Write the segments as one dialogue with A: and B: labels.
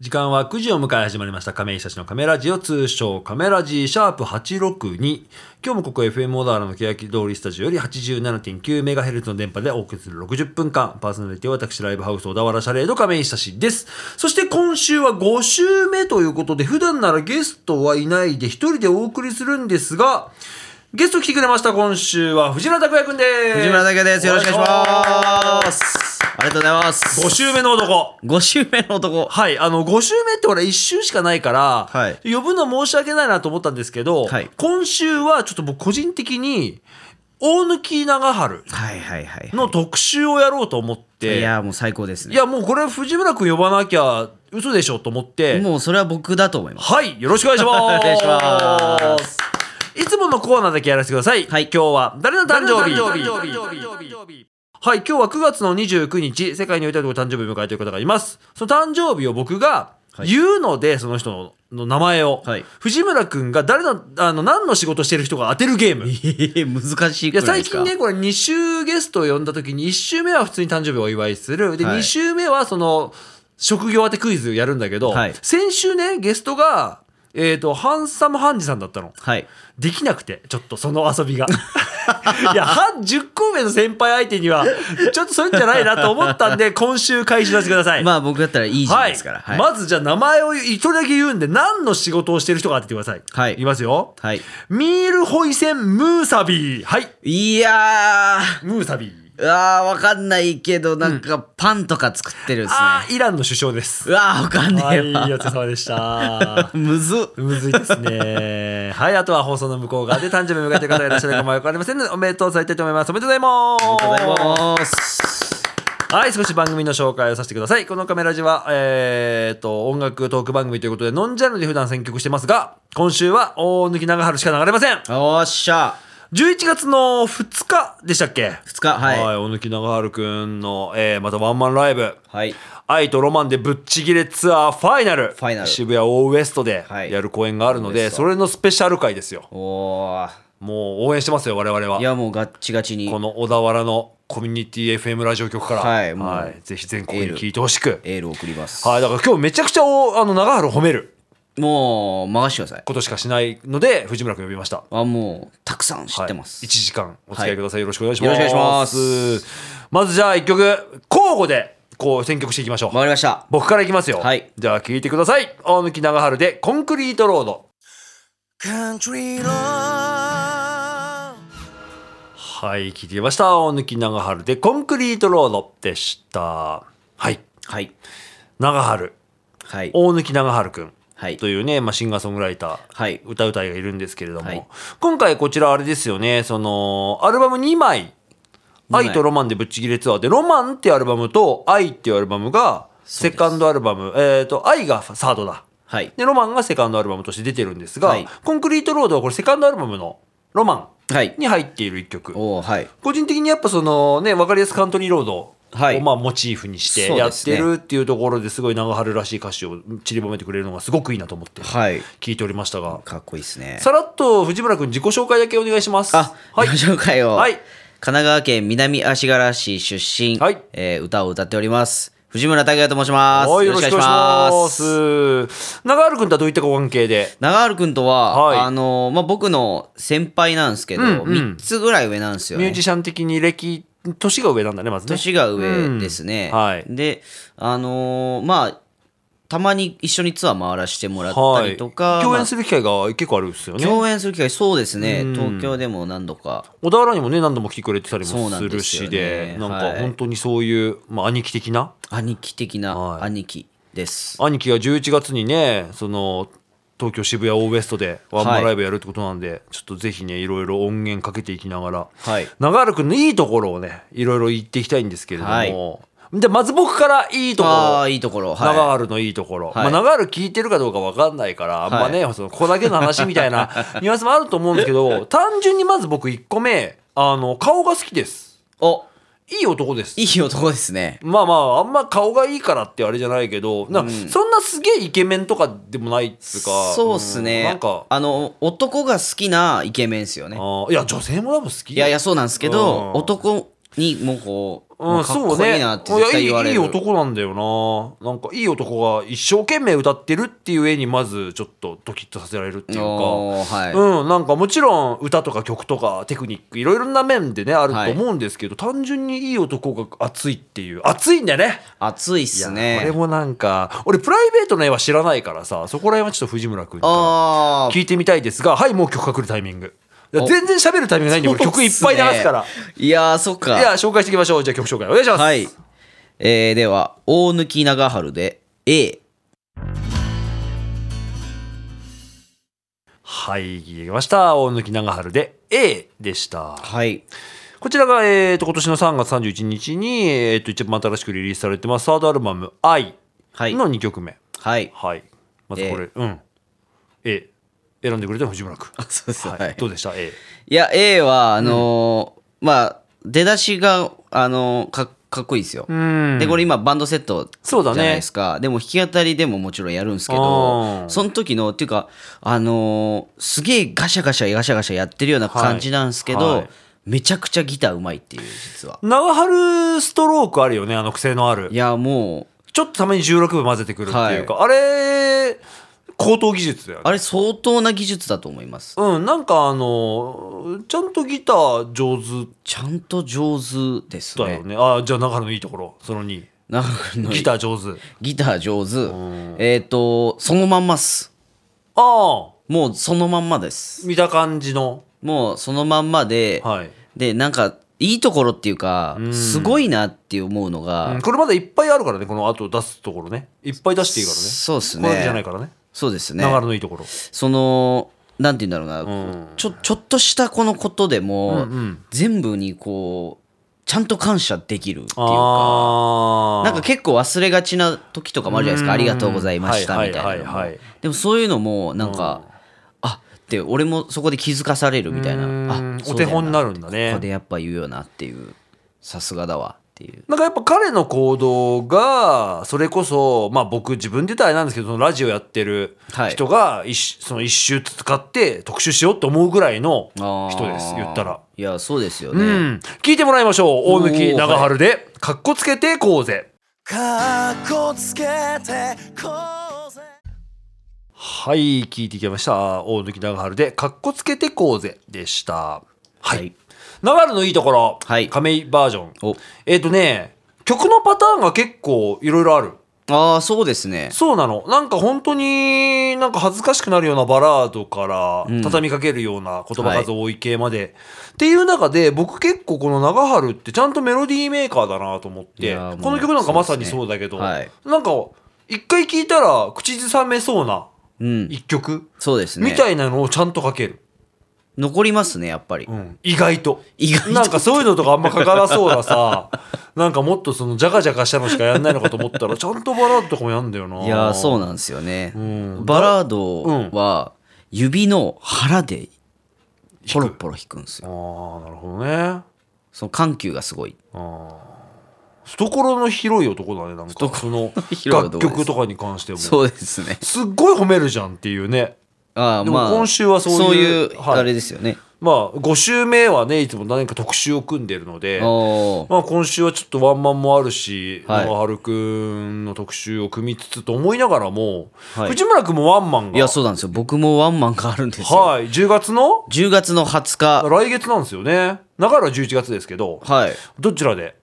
A: 時間は9時を迎え始まりました亀井久志のカメラジオ通称カメラジシャープ862今日もここ FM 小田原の欅通りスタジオより 87.9MHz の電波でお送りする60分間パーソナリティは私ライブハウス小田原シャレード亀井久志ですそして今週は5週目ということで普段ならゲストはいないで一人でお送りするんですがゲスト来てくれました今週は藤村拓也くんです
B: 藤村拓也です。よろしくお願いします。ありがとうございます。
A: 5週目の男
B: 5週目の男。
A: はい、あの5週目って俺1週しかないから、
B: はい
A: 呼ぶの申し訳ないなと思ったんですけど、
B: はい
A: 今週はちょっと僕個人的に大貫長春
B: はいはいはい。
A: の特集をやろうと思って、
B: い
A: いや
B: や、もう最高ですね。
A: もうこれ藤村君呼ばなきゃ嘘でしょと思って、
B: もうそれは僕だと思います。
A: はい、よろしくお願いします。
B: お願いします
A: いつものコーナーだけやらせてください。
B: はい
A: 今日は誰の誕生日
B: 誰の誕生日
A: はい、今日は9月の29日、世界においてはお誕生日を迎えている方がいます。その誕生日を僕が
B: はい
A: 言うので、その人のの名前を、
B: はい
A: 藤村くんが誰の、あの、何の仕事してる人か当てるゲー ム。い
B: ええ難しいく
A: や、
B: らい
A: 最
B: ですか
A: 近ね、これ2週ゲストを呼んだ時に、1週目は普通に誕生日をお祝いする。で、
B: はい
A: 2週目はその、職業当てクイズやるんだけど、
B: はい
A: 先週ね、ゲストが、えっ、と、ハンサムハンジさんだったの。
B: はい。
A: できなくてちょっとその遊びが いや半10個目の先輩相手にはちょっとそれじゃないなと思ったんで今週開始させてください、
B: まあ僕だったらいい人
A: はい
B: ですから。はい。
A: まずじゃあ名前を一人だけ言うんで何の仕事をしてる人か当ててください
B: はい
A: いますよ
B: はい。
A: ミールホイセンムーサビーはい
B: いやー。
A: ムーサビー
B: うわー、わかんないけど、なんかパンとか作ってるんですね。
A: ああイランの首相です
B: うわー、わかんね
A: はい
B: え
A: お
B: わ。
A: 疲れ様でした
B: むずっ。
A: むずいですねはいあとは放送の向こう側で誕生日を迎えている方がいらっしゃるかもわかりませんのでおめでとうされたいと思いますおめでとうございます
B: ありがとうございます。
A: はい、少し番組の紹介をさせてください。このカメラジは、えーっと、音楽トーク番組ということで、ノンジャンルで普段選曲してますが、今週は大貫長春しか流れません。
B: おっしゃ。
A: 11月の2日でしたっけ
B: 2日、はい。
A: 大貫長春くんの、えーまたワンマンライブ。
B: はい。
A: 愛とロマンでぶっちぎれツアーファイナル
B: ファイナル
A: 渋谷オーウエストで
B: はい
A: やる公演があるので、
B: オーウエスト
A: それのスペシャル回ですよ
B: おー。
A: もう応援してますよ我々はい
B: や、もうガッチガチに
A: こ。の小田原のコミュニティ FM ラジオ局から、
B: はいもう
A: ぜひ全国に聞いてほしく
B: エールを送ります。
A: はい、だから今日めちゃくちゃおあの長原を褒める
B: もう、任してください。
A: ことしかしないので藤村君呼びました。
B: あ、もう、たくさん知ってます。
A: 1時間お付き合いください。よろしくお願いします。
B: よろしくお願いし
A: まずじゃあ1曲交互でこう選曲していきましょう。
B: わかりました。
A: 僕からいきますよ。
B: はい
A: じゃあ聞いてください。大貫長春でコンクリートロード。はい、聞いてみました。大貫長春でコンクリートロードでした。はい、
B: はい。
A: 長春、
B: はい。
A: 大貫長春くん。
B: はい。
A: というね、まあ、シンガーソングライター、
B: はい
A: 歌うたいがいるんですけれども、
B: はい
A: 今回こちらあれですよねそのアルバム2枚「
B: 枚
A: 愛とロマンでぶっちぎれツアー」で「ロマン」っていうアルバムと「愛」っていうアルバムがセカンドアルバムえっ、と「愛」がサードだ
B: はい。
A: で「ロマン」がセカンドアルバムとして出てるんですが「
B: はい
A: コンクリートロード」はこれセカンドアルバムの「ロマ
B: は
A: ン
B: い」。
A: に入っている一曲
B: おーはい。
A: 個人的にやっぱそのね分かりやすくカントリーロードを、
B: はい
A: まあ、モチーフにして
B: そう
A: や
B: で
A: っ
B: すね
A: てるっていうところですごい長春らしい歌詞を散りばめてくれるのがすごくいいなと思って
B: はい。
A: 聞いておりましたが、
B: かっこいいですね。
A: さらっと藤村君自己紹介だけお願いします。
B: あ、
A: は
B: はいい、。紹介を。
A: はい
B: 神奈川県南足柄市出身。
A: はい
B: えー歌を歌っております。藤村拓也と申します。
A: はいよろしくお願いしま
B: よろしくお願いします
A: す。長春君とはどういったご関係で
B: 長原君とは、
A: はい
B: あのまあ、僕の先輩なんですけど、
A: うんうん
B: 3つぐらい上なんですよ
A: ミュ
B: ね
A: ー。ジシャン的に歴、年が上なんだね、まずね。
B: 年が上ですね。
A: うんはい
B: で、あのーまあ、たまに一緒にツアー回らせてもらった
A: はい
B: りとか、
A: 共
B: まあ
A: 演する機会が結構あるんですよね。
B: 共演する機会、そうですね、東京でも何度か、
A: 小田原にもね、何度も来てくれてたり
B: そ
A: も
B: うな
A: す
B: ん
A: る
B: ですよ
A: し
B: ね
A: で、なん
B: は
A: か
B: い
A: 本当にそういう、まあ、兄貴的な、
B: 兄貴
A: は
B: 的
A: い
B: な兄貴です。
A: 兄貴が11月にね、その、東京渋谷オーウエストでワンマンライブやるってことなんで、ちょっとぜひね、いろいろ音源かけていきながら、
B: はい。
A: 長原君のいいところをねいろいろ言っていきたいんですけれども、
B: はい
A: じゃあまず僕からいいところ、
B: ああ、いいところ。
A: 長
B: は
A: 原のいいところ、
B: はい
A: まあ、長原聞いてるかどうか分かんないから、あんまねそのここだけの話みたい なニュアンスもあると思うんですけど単純にまず僕1個目あの顔が好きです
B: い。お、
A: いい男です
B: いい男ですね。
A: まあまああんま顔がいいからってあれじゃないけどな、そんなすげえイケメンとかでもないっつうか
B: そうっすね。
A: んなんかあ
B: あの、男が好きなイケメンですよね。
A: ーいや女性も多分好き
B: いやいや、そうなんですけど、
A: うん
B: 男にもうこう、
A: う
B: も
A: ん、
B: うかっ
A: そう
B: こい
A: ね。
B: いなって絶対言われる
A: いやいいいい男なんだよな。なんかいい男が一生懸命歌ってるっていう絵にまずちょっとドキッとさせられるっていうか。
B: おーはい
A: うん、なんかもちろん歌とか曲とかテクニックいろいろな面でねあると
B: はい
A: 思うんですけど、単純にいい男が熱いっていう熱いんだよね
B: 熱いっす
A: いや俺
B: ね
A: もなんか俺プライベートの絵は知らないからさそこら辺はちょっと藤村君に
B: あ
A: 聞いてみたいですがはいもう曲かくるタイミングいや
B: お
A: 全然喋るタイミングないんで
B: あ
A: 俺曲いっぱい流すから
B: いやーそっか
A: いや紹介していきましょうじゃあ曲紹介お願いします、
B: はい、えー、では大貫長春で A
A: はい、聞きました。大貫長春で A でした。
B: はい
A: こちらが、えー、と今年の3月31日に、えー、と一番新しくリリースされてます、サードアルバム I
B: はい
A: の2曲目。
B: はい
A: はい。まずこれ、うん。A。選んでくれたの藤村君。
B: あ そうですはい、
A: はいい、、どうでした ?A。
B: や A はあのーまあ出だしがあのーかかっこいいですよ、
A: うん。
B: でこれ今バンドセットじ
A: そうだ
B: ゃ
A: ね
B: ないですか、でも弾き語りでももちろんやるんですけど
A: あー
B: その時のっていうかあのーすげえガシャガシャガシャガシャやってるような感じなんですけど、
A: はいはい
B: めちゃくちゃギターうまいっていう実は
A: 長春ストロークあるよね、あの癖のある
B: い。やもう
A: ちょっとたまに16分混ぜてくるっていうか、あれ、高等技術だよね。
B: あれ相当な技術だと思います
A: うん、なんかあの、ちゃんとギター上手
B: ちゃんと上手です
A: だよ
B: ね。
A: ね。ああ、じゃあ長野のいいところ、その2。
B: 長くの
A: ギター上手。
B: ギター上手。えっ、と、そのまんまっす。
A: ああ、
B: もうそのまんまです。
A: 見た感じの。
B: もうそのまんまで、
A: はい。
B: で、なんか、いいところっていうか、すごいなって思うの
A: う
B: が、
A: んこれまだいっぱいあるからね、この後出すところね。いっぱい出していいからね。
B: そうっす
A: こ
B: ね
A: れだけじゃないからね。
B: そうですね
A: 流。れのいいところ。
B: その、なんて言うんだろうな、ちょ、ちょっとしたこのことでも、全部にこう、ちゃんと感謝できるっていうか、
A: ああ。
B: なんか結構忘れがちな時とかもあるじゃないですか、ありがとうございました
A: はい
B: みたいなの
A: はいはいは
B: も
A: い。
B: でもそういうのも、なんか、あって、俺もそこで気づかされるみたいな、あ
A: あお
B: そうだ
A: 手
B: よ
A: 本になるん
B: こ
A: だ
B: こ
A: ね。
B: でやっぱ言うよなっていう、さすがだわっていう。
A: なんかやっぱ彼の行動がそれこそ、まあ、僕自分で言ったらあれなんですけどそのラジオやってる
B: はい
A: 人が一,、その一周使って特集しようと思うぐらいの
B: あー
A: 人です言ったら、
B: いや、そうですよ
A: う
B: ね。
A: ん、聞いてもらいましょう大
B: おー
A: 貫長春で「かっこつけてこうぜ
C: かっこつけてこうぜ」
A: はい聞いていきました大貫長春で「かっこつけてこうぜ」でしたはい、
B: はい
A: 長春のいいところ、
B: はい
A: 亀井バージョン
B: お
A: えっ、とね曲のパターンが結構いろいろある
B: ああ、そうですね。
A: そうなのなんか本当になんか恥ずかしくなるようなバラードから、畳みかけるような言葉数多い系まで、っていう中で僕結構この長春ってちゃんとメロディーメーカーだなと思っ
B: い
A: て
B: やーもう
A: この曲なんかまさに
B: そ
A: そううだ
B: ですね
A: けど、
B: はい
A: なんか一回聴いたら口ずさめそうな
B: うん。
A: 一曲、
B: そうですね。
A: みたいなのをちゃんとかける、
B: 残りますね、やっぱり。
A: うん意外と
B: 意外と
A: なんかそういうのとかあんまかからそうなさ なんかもっとそのジャカジャカしたのしかやんないのかと思ったらちゃんとバラードとかもやんだよない
B: いやーそうなんですよね、バラードは指の腹でポロポロ弾くんですよ
A: ああなるほどね
B: その緩急がすごい
A: 懐の広い男だねなんかその
B: 広い男
A: 楽
B: です
A: 曲とかに関してもすっ
B: そうですね
A: ごい褒めるじゃんっていうね
B: ああ
A: でも
B: まあ
A: 今週はそういう
B: そう
A: はい
B: あれですよね、
A: まあ5週目はねいつも何か特集を組んでるので
B: おー
A: まあ今週はちょっとワンマンもあるし、
B: はい
A: 長春くんの特集を組みつつと思いながらも、
B: はい
A: 藤村くんもワンマン
B: い
A: が
B: やそうなんですよ僕もワンマンがあるんですよ、
A: はい10月の
B: 10月の20日
A: 来月なんですよねだから11月ですけど
B: はい
A: どちらで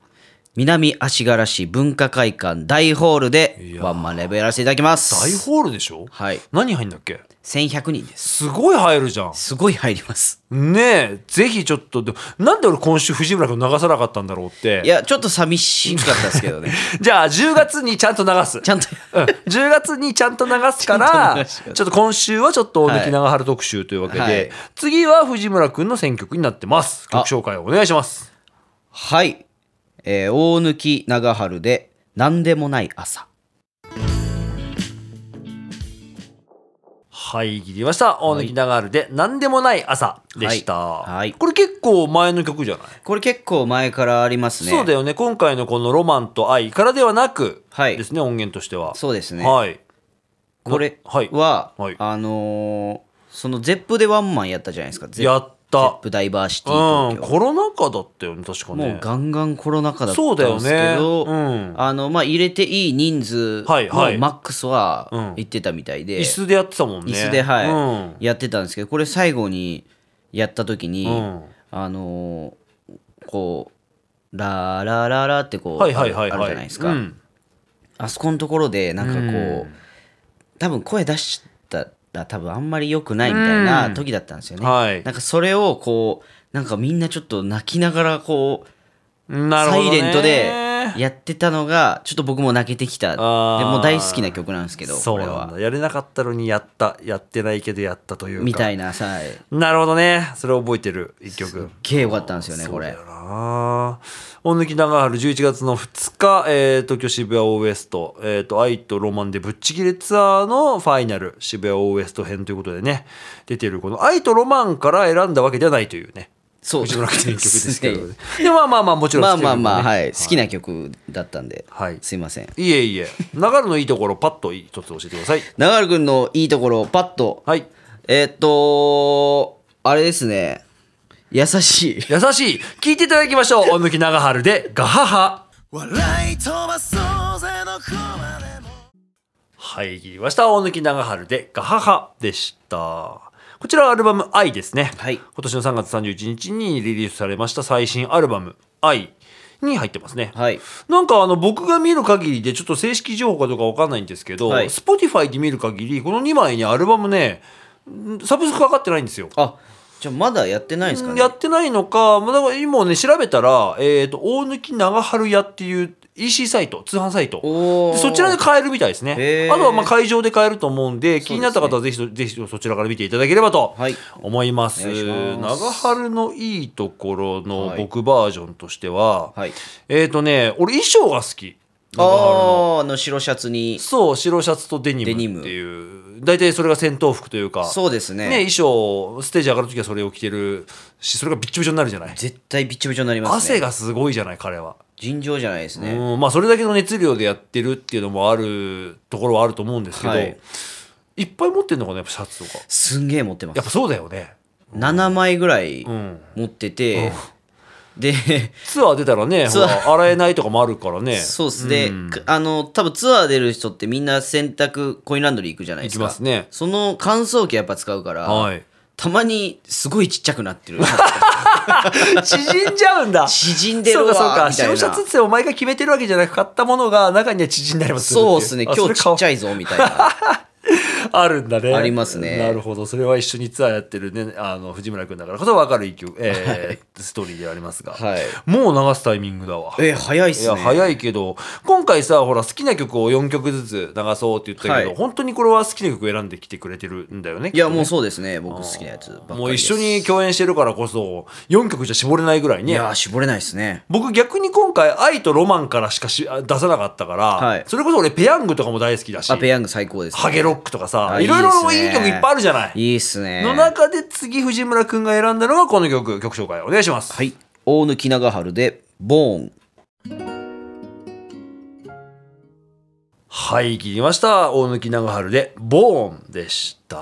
B: 南足柄市文化会館大ホールでワンマンライブやらせていただきます
A: 大ホールでしょ
B: はい
A: 何入んだっけ
B: 1100人です
A: すごい入るじゃん
B: すごい入ります
A: ねえぜひちょっとでなんで俺今週藤村君流さなかったんだろうって
B: いやちょっと寂しかったですけ どね
A: じゃあ10月にちゃんと流す
B: ちゃんと
A: うん、10月にちゃんと流すか
B: ちゃんと流
A: ら
B: し
A: ち
B: ま
A: ょ
B: す
A: っと今週はちょっと大貫長春特集というわけで、
B: はい
A: 次は藤村君の選曲になってます曲紹介をお願いします
B: はい、えー大貫長春で「何でもない朝
A: はい切りました大貫長春で「何でもない朝」でした、
B: はいはい
A: これ結構前の曲じゃない、」
B: これ結構前からありますね
A: そうだよね今回のこの「ロマンと愛」からではなく
B: はい
A: ですね、音源としては
B: そうですね
A: はい
B: これ
A: はい
B: は、
A: はい
B: あのーその ZEP でワンマンやったじゃないですか ZEP
A: やった
B: ッ。プダイバーシティ
A: うん、
B: 東京
A: コロナ禍だったよね、確かね。
B: もうガンガンコロナ禍だった
A: そ
B: ん
A: うだよ
B: ですけ
A: ね。
B: ど、
A: うん。
B: あのまあ、入れていい人数のマ
A: はいはい
B: ックスは
A: うん
B: 行ってたみたいで、
A: 椅子でやってたもんね。
B: 椅子ではい、
A: うん。
B: やってたんですけどこれ最後にやった時に、
A: うん
B: あのーこうララララってこうあ
A: はい
B: る
A: は
B: あ
A: い
B: るじ
A: はいはい。
B: ゃないですか、
A: うん
B: あそこのところでなんかこう、
A: うん
B: 多分声出したら多分あんまり良くないみたいな時だったんですよね、
A: はい
B: なんかそれをこうなんかみんなちょっと泣きながらこう
A: なる
B: サ
A: ほど
B: イ
A: ね。
B: レントでやってたのがちょっと僕も泣けてきたで
A: あー
B: も大好きな曲なんですけど
A: そ
B: こ
A: う
B: れ
A: なん
B: は
A: だ。やれなかったのにやった。やってないけどやったというか。
B: みたいなさすっ
A: なるほどね。それを覚えてる一曲。
B: げえよかったんですよねこれ
A: そうだよな大貫長春11月の2日、えー東京渋谷オーウエスト、えーと、愛とロマンでぶっちぎれツアーのファイナル、渋谷オーウエスト編ということでね、出てるこの愛とロマンから選んだわけではないというね、
B: そう
A: うちの楽天の曲です けど、
B: ね
A: ね、で、まあまあまあ、もちろん
B: まあ
A: 好きな曲ね、
B: まあまあはい好きな曲だったんで
A: はい
B: すいません
A: いえいえ、長野のいいところ、パッと一つ教えてください。
B: 長野くんのいいところをパッと
A: はい。
B: えーっとあれですね優しい
A: 優しい聞いていただきましょう大貫長春で、ガハハ
C: 笑い飛ばそうぜどこまでも
A: はい、切りました。大貫長春で、ガハハでした。こちらはアルバム、愛ですね。
B: はい
A: 今年の3月31日にリリースされました最新アルバム、愛に入ってますね。
B: はい
A: なんかあの僕が見る限りでちょっと正式情報かどうかわかんないんですけど、
B: はい
A: Spotify で見る限りこの2枚にアルバムねんサブスクかかってないんですよ。
B: あじゃあまだやってないんですかね
A: やってないのか、まあ、だから今ね調べたら、えー、と大貫長春屋っていう EC サイト通販サイト
B: おー
A: でそちらで買えるみたいですね
B: へー
A: あとはまあ会場で買えると思うんで気になった方はぜひと、ぜひとそちらから見ていただければと
B: はい
A: 思います,、
B: お願いします
A: 長春のいいところの
B: はい
A: 僕バージョンとしては、
B: はい
A: えっ、とね俺衣装が好き
B: あ
A: 長春の
B: ーあの白シャツに
A: そう白シャツとデニ
B: デニ
A: ム
B: ム
A: っていう大体それが戦闘服というか
B: そうですね
A: ね、衣装ステージ上がる時はそれを着てるしそれがびっちょびちょになるじゃない
B: 絶対びっちょびちょになりますね
A: 汗がすごいじゃない彼は、
B: 尋常じゃないですね、
A: うんまあそれだけの熱量でやってるっていうのもあるところはあると思うんですけど、
B: はいい、
A: っぱい持ってんのかなやっぱシャツとか
B: すんげえ持ってま
A: やっ
B: す
A: ぱそうだよね
B: 7枚ぐらい
A: ん
B: 持ってて、で
A: ツアー出たらねほ
B: ツアー
A: ら洗えないとかもあるからね
B: そうっすね、くあの多分ツアー出る人ってみんな洗濯コインランドリー行くじゃないですか
A: 行きますね
B: その乾燥機やっぱ使うから、
A: はい
B: たまにすごいちっちゃくなっ てる
A: 縮んじゃうんだ
B: 縮んでるわ
A: そうか
B: み
A: そ
B: た
A: う
B: い
A: か
B: な
A: 白シャツってお前が決めてるわけじゃなく買ったものが中には縮んだりもするってい
B: そうっすね
A: あ
B: 今日ちっちゃいぞみたいな
A: あるんだね。
B: ありますね
A: なるほど。それは一緒にツアーやってるね、あの、藤村君だからこそ分かる一曲、えーストーリーではありますが。
B: はい
A: もう流すタイミングだわ。
B: え早いっ
A: い
B: す
A: や
B: ね
A: 早いけど今回さほら好きな曲を4曲ずつ流そうって言ったけど、
B: はい
A: 本当にこれは好きな曲選んできてくれてるんだよね
B: いやもうそうですね僕好きなやつばっかりです
A: もう一緒に共演してるからこそ4曲じゃ絞れないぐらい
B: い
A: ね
B: や絞れないですね
A: 僕逆に今回「愛とロマン」からしかしあ出さなかったから、
B: はい
A: それこそ俺ペヤングとかも大好きだし
B: あペヤング最高です、ね、
A: ハゲロックとかさ
B: あ
A: いろいろ
B: いい
A: いい
B: ですね
A: 曲いっぱいあるじゃない
B: いいっすね
A: の中で次藤村くんが選んだのがこの曲曲紹介お願いします、
B: はい大貫長春でボーン
A: はい切りました大貫長春で「ボーン」でした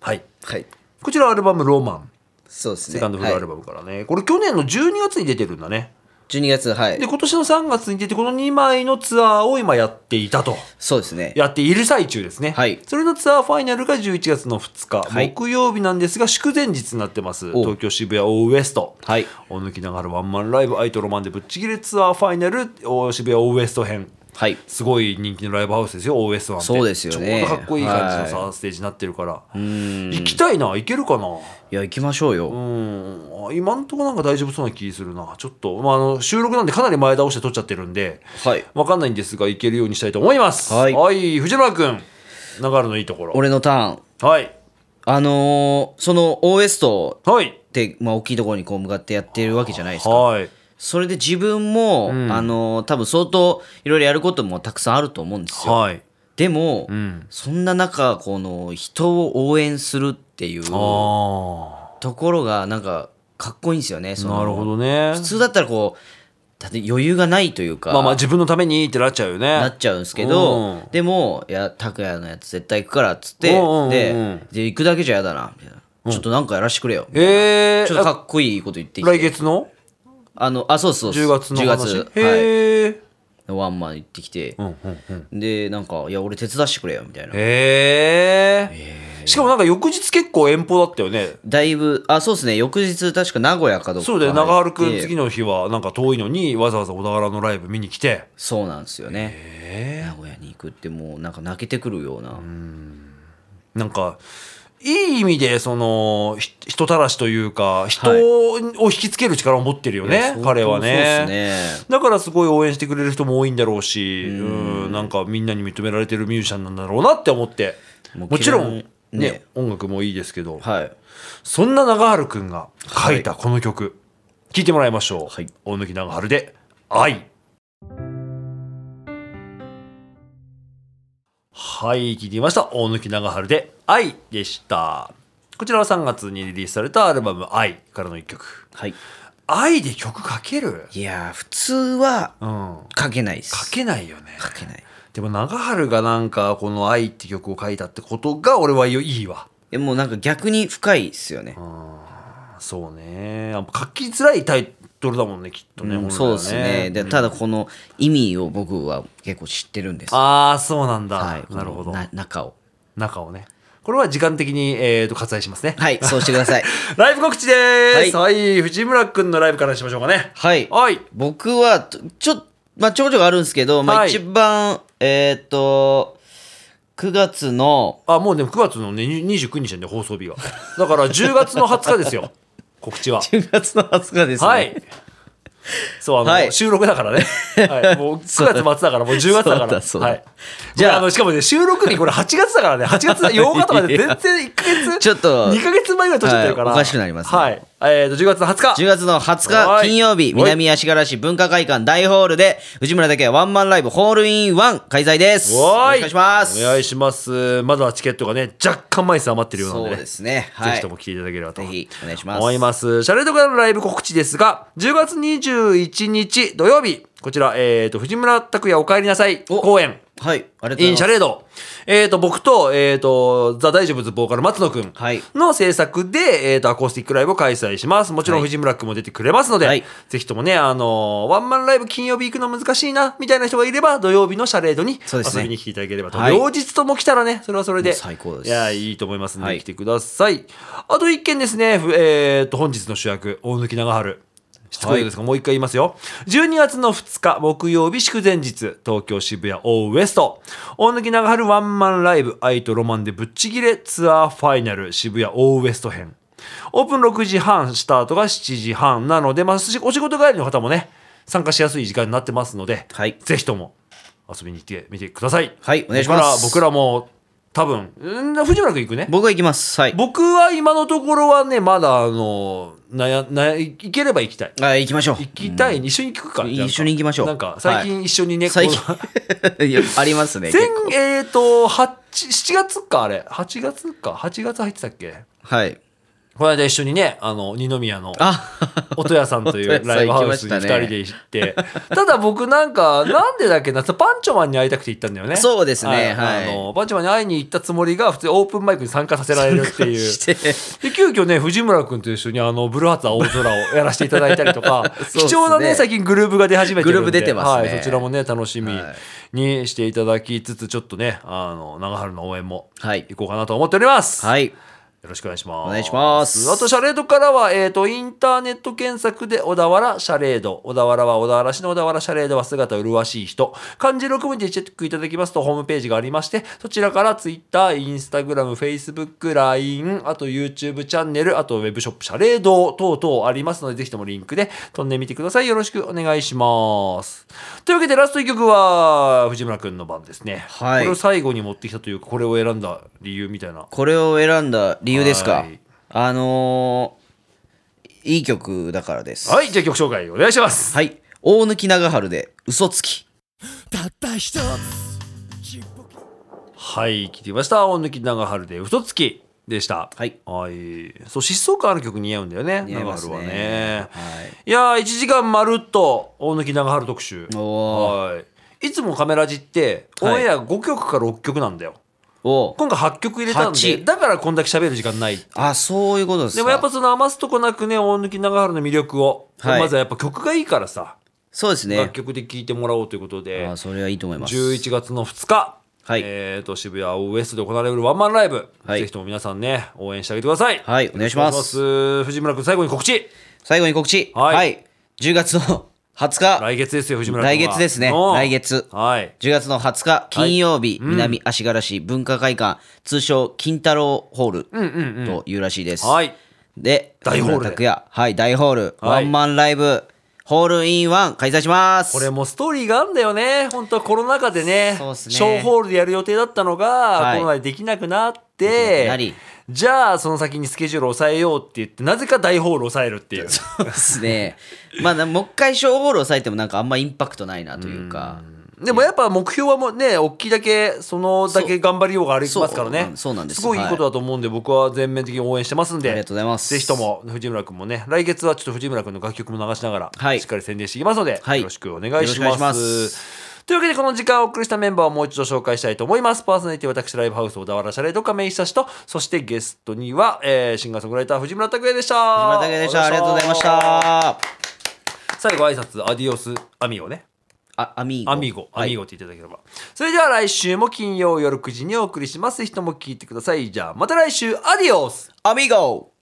A: はい
B: はい
A: こちらアルバム「ロマン
B: そうです」ね
A: セカンドフルアル
B: はい、
A: バムからね、これ去年の12月に出てるんだね
B: 12月はい
A: で今年の3月に出てこの2枚のツアーを今やっていたと
B: そうですね
A: やっている最中ですね、
B: はい
A: それのツアーファイナルが11月の2日、
B: はい
A: 木曜日なんですが祝前日になってます
B: お
A: 東京渋谷オーウエスト
B: はい
A: お抜きながらワンマンライブ愛とロマンでぶっちぎれツアーファイナルお渋谷オーウエスト編
B: はい
A: すごい人気のライブハウスですよ OS1 って
B: そうですよ
A: ち
B: ね
A: ょうどかっこいい感じのさ、
B: は
A: ステージになってるから行きたいな行けるかない
B: や行きましょうよ、
A: うんあ今んとこなんか大丈夫そうな気するなちょっと、まあ、あの収録なんでかなり前倒して撮っちゃってるんで
B: はい
A: わかんないんですが行けるようにしたいと思います
B: はい
A: 藤村君流れのいいところ
B: 俺のターン
A: はい
B: あのーその OS と
A: はい
B: って、まあ、大きいところにこう向かってやってるわけじゃないですか
A: はい
B: それで自分も、あのー多分相当いろいろやることもたくさんあると思うんですよ
A: はい
B: でも、
A: ん
B: そんな中この人を応援するっていう
A: あ
B: ところがなんかかっこいいんですよねそ
A: ー
B: の
A: なるほどね
B: 普通だったらこうだって余裕がないというか、
A: まあまあ自分のためにってなっちゃうよね
B: なっちゃうんですけ
A: う
B: ど、
A: ん
B: でも「いや拓哉のやつ絶対行くから」っつって、
A: うんうんうんうん
B: でで行くだけじゃやだなみたいなちょっとなんかやらしてくれよ。
A: えー、
B: ちょっとかっこいいこと言ってき
A: 来
B: て。
A: 月の
B: あの、あ、そうそうそう。
A: 10月の話
B: 10月はい。
A: へえ、
B: ワンマン行ってきて
A: う。んうんうん、
B: で、なんか、いや、俺手伝してくれよ、みたいな。
A: へえしかもなんか翌日結構遠方だったよね
B: だいぶ、あ、そうですね。翌日、確か名古屋かどっか。
A: そうだよ長春くん次の日はなんか遠いのにわざわざ小田原のライブ見に来て
B: そうなんですよね。名古屋に行くってもうなんか泣けてくるような。
A: なんかいい意味でそのひ人たらしというか人を引きつける力を持ってるよね、彼は
B: そうですね。
A: だからすごい応援してくれる人も多いんだろうしうんなんかみんなに認められてるミュージシャンなんだろうなって思って
B: もう
A: もちろん、ね
B: ね
A: 音楽もいいですけど、
B: はい。
A: そんな長春くんが書いたこの曲、聞いてもらいましょう、
B: はい
A: 大貫長春で「愛」はい聞いてみました大貫長春で「愛」でしたこちらは3月にリリースされたアルバム「愛」からの1曲
B: はい。
A: 「愛」で曲書ける
B: いやー、普通は
A: うん
B: 書けないです。
A: 書けないよね
B: 書けない。
A: でも長春がなんかこの「愛」って曲を書いたってことが俺はいいわ
B: えもうなんか逆に深いっすよね。
A: そうねやっぱ書きづらいタイトルだもんねきっとね、
B: う
A: 本
B: ん
A: 来は
B: そうですねでただこの意味を僕は結構知ってるんです
A: ああそうなんだ、
B: はい
A: なるほ
B: こ
A: ど
B: のな中を
A: 中をねこれは時間的に、えー、と割愛しますね、
B: はいそうしてください
A: ライブ告知ですはい、藤村君のライブからしましょうかね
B: はい
A: はい
B: 僕はとちょまあちょこちょこあるんですけど、まあ、
A: はい
B: 一番えーっ、と9月の
A: あもうね9月の、ね、に29日なんで放送日がだから10月の20日ですよ 告知は
B: 9月の20日ですね
A: はいそうあの、
B: はい
A: 収録だからね、はい、もう9月末 だからもう10月だか
B: そうだ
A: ら
B: そうだ
A: はい
B: じ
A: じ
B: ゃあ
A: ゃあのしかもね収録日これ8月だからね8月8日と かで全然1ヶ月
B: ちょっと
A: 2ヶ月前ぐらい取っちゃってるから、
B: はいおかしくなりますね
A: はいえー、と10月の20日
B: 10月の20
A: は
B: 日
A: い
B: 金曜日
A: はい
B: 南足柄市文化会館大ホールで藤村だけはワンマンライブホールインワン開催ですよろ
A: は
B: しくお願いします
A: お願いしますまだチケットがね若干枚数余ってるようなので,、
B: そうですねはい
A: ぜひとも来ていただければと
B: ぜひお願いします
A: 思いますシャレートからのライブ告知ですが10月21日土曜日こちら、えー、と藤村拓也お帰りなさい
B: お
A: 公演
B: はいありがとうござい
A: in
B: ます
A: シャレードえー、と僕と,、えー、とザ・大丈夫ズボーカル松野くん
B: はい
A: の制作で、えー、とアコースティックライブを開催しますもちろん
B: はい
A: 藤村くんも出てくれますので、
B: はい
A: ぜひともね、あのーワンマンライブ金曜日行くの難しいなみたいな人がいれば土曜日のシャレードに
B: そうです
A: 遊
B: ね
A: びに来ていただければと、
B: はい
A: 両日とも来たらねそれはそれで
B: もう最高です
A: いやいいと思いますので、
B: はい
A: 来てくださいあと一件ですね、ふえー、と本日の主役大貫長春しつこいですが、もう一回言いますよ。12月の2日、木曜日、祝前日、東京渋谷オーウエスト。大貫長春ワンマンライブ、愛とロマンでぶっちぎれツアーファイナル、渋谷オーウエスト編。オープン6時半、スタートが7時半なので、まあ、お仕事帰りの方もね、参加しやすい時間になってますので、
B: はい
A: ぜひとも遊びに来てみてください。
B: はいお願いします
A: 僕ら僕らも多分、うん藤村君行くね。
B: 僕は行きますはい
A: 僕は今のところはね、まだあの、なや、なや、行ければ行きたい。
B: あ行きましょう
A: 行きたい、一緒に行くか。
B: うん
A: じゃあ
B: 一緒に行きましょう
A: なんか、最近一緒にね、
B: 最近
A: この
B: いやありますね
A: 前
B: 結構、
A: えっと、八7月か、あれ。8月か。8月入ってたっけ
B: はい
A: この間一緒にね、あの、二宮の、
B: あ
A: 音屋さんとい
B: 音屋
A: う
B: さん
A: ライブハウスに
B: 行
A: 2
B: きましたね
A: 人で行って、ただ僕なんか、なんでだっけな、パンチョマンに会いたくて行ったんだよね。
B: そうですねはい
A: あのパンチョマンに会いに行ったつもりが、普通にオープンマイクに参加させられるっていう。
B: して
A: で急遽ね藤村君と一緒にあのブルーハーツ青空をやらせていただいたりとか、
B: そうっすね
A: 貴重なね最近グルーブが出始めてるんで
B: グルーブ出てますね
A: はい、そちらもね楽しみ
B: はい
A: にしていただきつつちょっとねあの長春の応援も
B: はい
A: 行こうかなと思っております、
B: はい
A: よろしくお願いします
B: お願いします
A: あとシャレードからは、えー、とインターネット検索で小田原シャレード小田原は小田原市の小田原シャレードは姿麗しい人漢字6文字でチェックいただきますとホームページがありましてそちらからツイッターインスタグラム FacebookLINE あと YouTube チャンネルあとウェブショップシャレード等々ありますのでぜひともリンクで飛んでみてくださいよろしくお願いしますというわけでラスト1曲は藤村くんの番ですね、
B: はい
A: これを最後に持ってきたというかこれを選んだ理由みたいな
B: これを選んだ理由ですか、
A: はい
B: あのーいい曲だからです
A: はい、じゃあ曲紹介お願いします。
B: はい大貫長春で嘘つき
C: たった一つ
A: はい、聞いてみました。大貫長春で嘘つきでした。
B: はい
A: はい。そう、疾走感ある曲似合うんだよね。
B: 似合い
A: 長
B: ます
A: 春
B: ね
A: はね。
B: は
A: い
B: い
A: やー、1時間まるっと大貫長春特集。
B: お
A: はい。いつもカメラジって、
B: はい
A: オンエア5曲か6曲なんだよ。
B: お
A: 今回8曲入れたんで
B: 八
A: だからこんだけ喋る時間ない
B: あそういうことですか
A: でもやっぱその余すとこなくね大貫長春の魅力を、
B: はい
A: まずはやっぱ曲がいいからさ
B: そうですね
A: 楽曲で聴いてもらおうということで
B: あそれはいいと思います
A: 11月の2日、
B: はい
A: えー、と渋谷ウエストで行われるワンマンライブ、
B: はい
A: ぜひとも皆さんね応援してあげてください
B: はいお願いします
A: お願います藤村君最後に告知
B: 最後に告知
A: は
B: はいい、10月の 20日
A: 来月ですよ藤村君は
B: 来月ですね
A: うん
B: 来月
A: はい
B: 10月の20日金曜日、南足柄市文化会館通称金太郎ホールというらしいです、
A: はい
B: で
A: 大ホールで
B: 木村拓哉はい大ホール、
A: はい
B: ワンマンライブホールインワン開催します
A: これもストーリーがあるんだよね本当はコロナ禍でね
B: そうっすね
A: 小ホールでやる予定だったのが、
B: い
A: コロナでできなくなっ
B: できな
A: て
B: くなり
A: じゃあその先にスケジュールを抑えようって言ってなぜか大ホールを抑えるっていう
B: そうですねまあなもう一回小ホール抑えてもなんかあんまインパクトないなというか
A: でもやっぱ目標はもうね大きいだけそのだけ頑張りようがありますからね
B: そうそうなんです
A: ごいいいことだと思うんで、僕は全面的に応援してますんで
B: ありがとうございます
A: ぜひとも藤村君もね来月はちょっと藤村君の楽曲も流しながら、
B: はい
A: しっかり宣伝していきますので、
B: はい
A: よろしくお願いしま
B: よろ
A: す
B: しくお願いします
A: というわけでこの時間をお送りしたメンバーをもう一度紹介したいと思いますパーソナリティは私ライブハウス小田原シャレード亀井久志とそしてゲストには、えーシンガーソングライター藤村拓哉でした
B: 藤村拓哉でしたありがとうございました
A: 最後挨拶アディオスアミオね
B: あアミーゴ
A: アミーゴ、
B: は
A: ア
B: い
A: ミーゴって言っていただければ。それでは来週も金曜夜9時にお送りします。ぜひとも聞いてください。じゃあ、また来週、アディオス
B: アミーゴ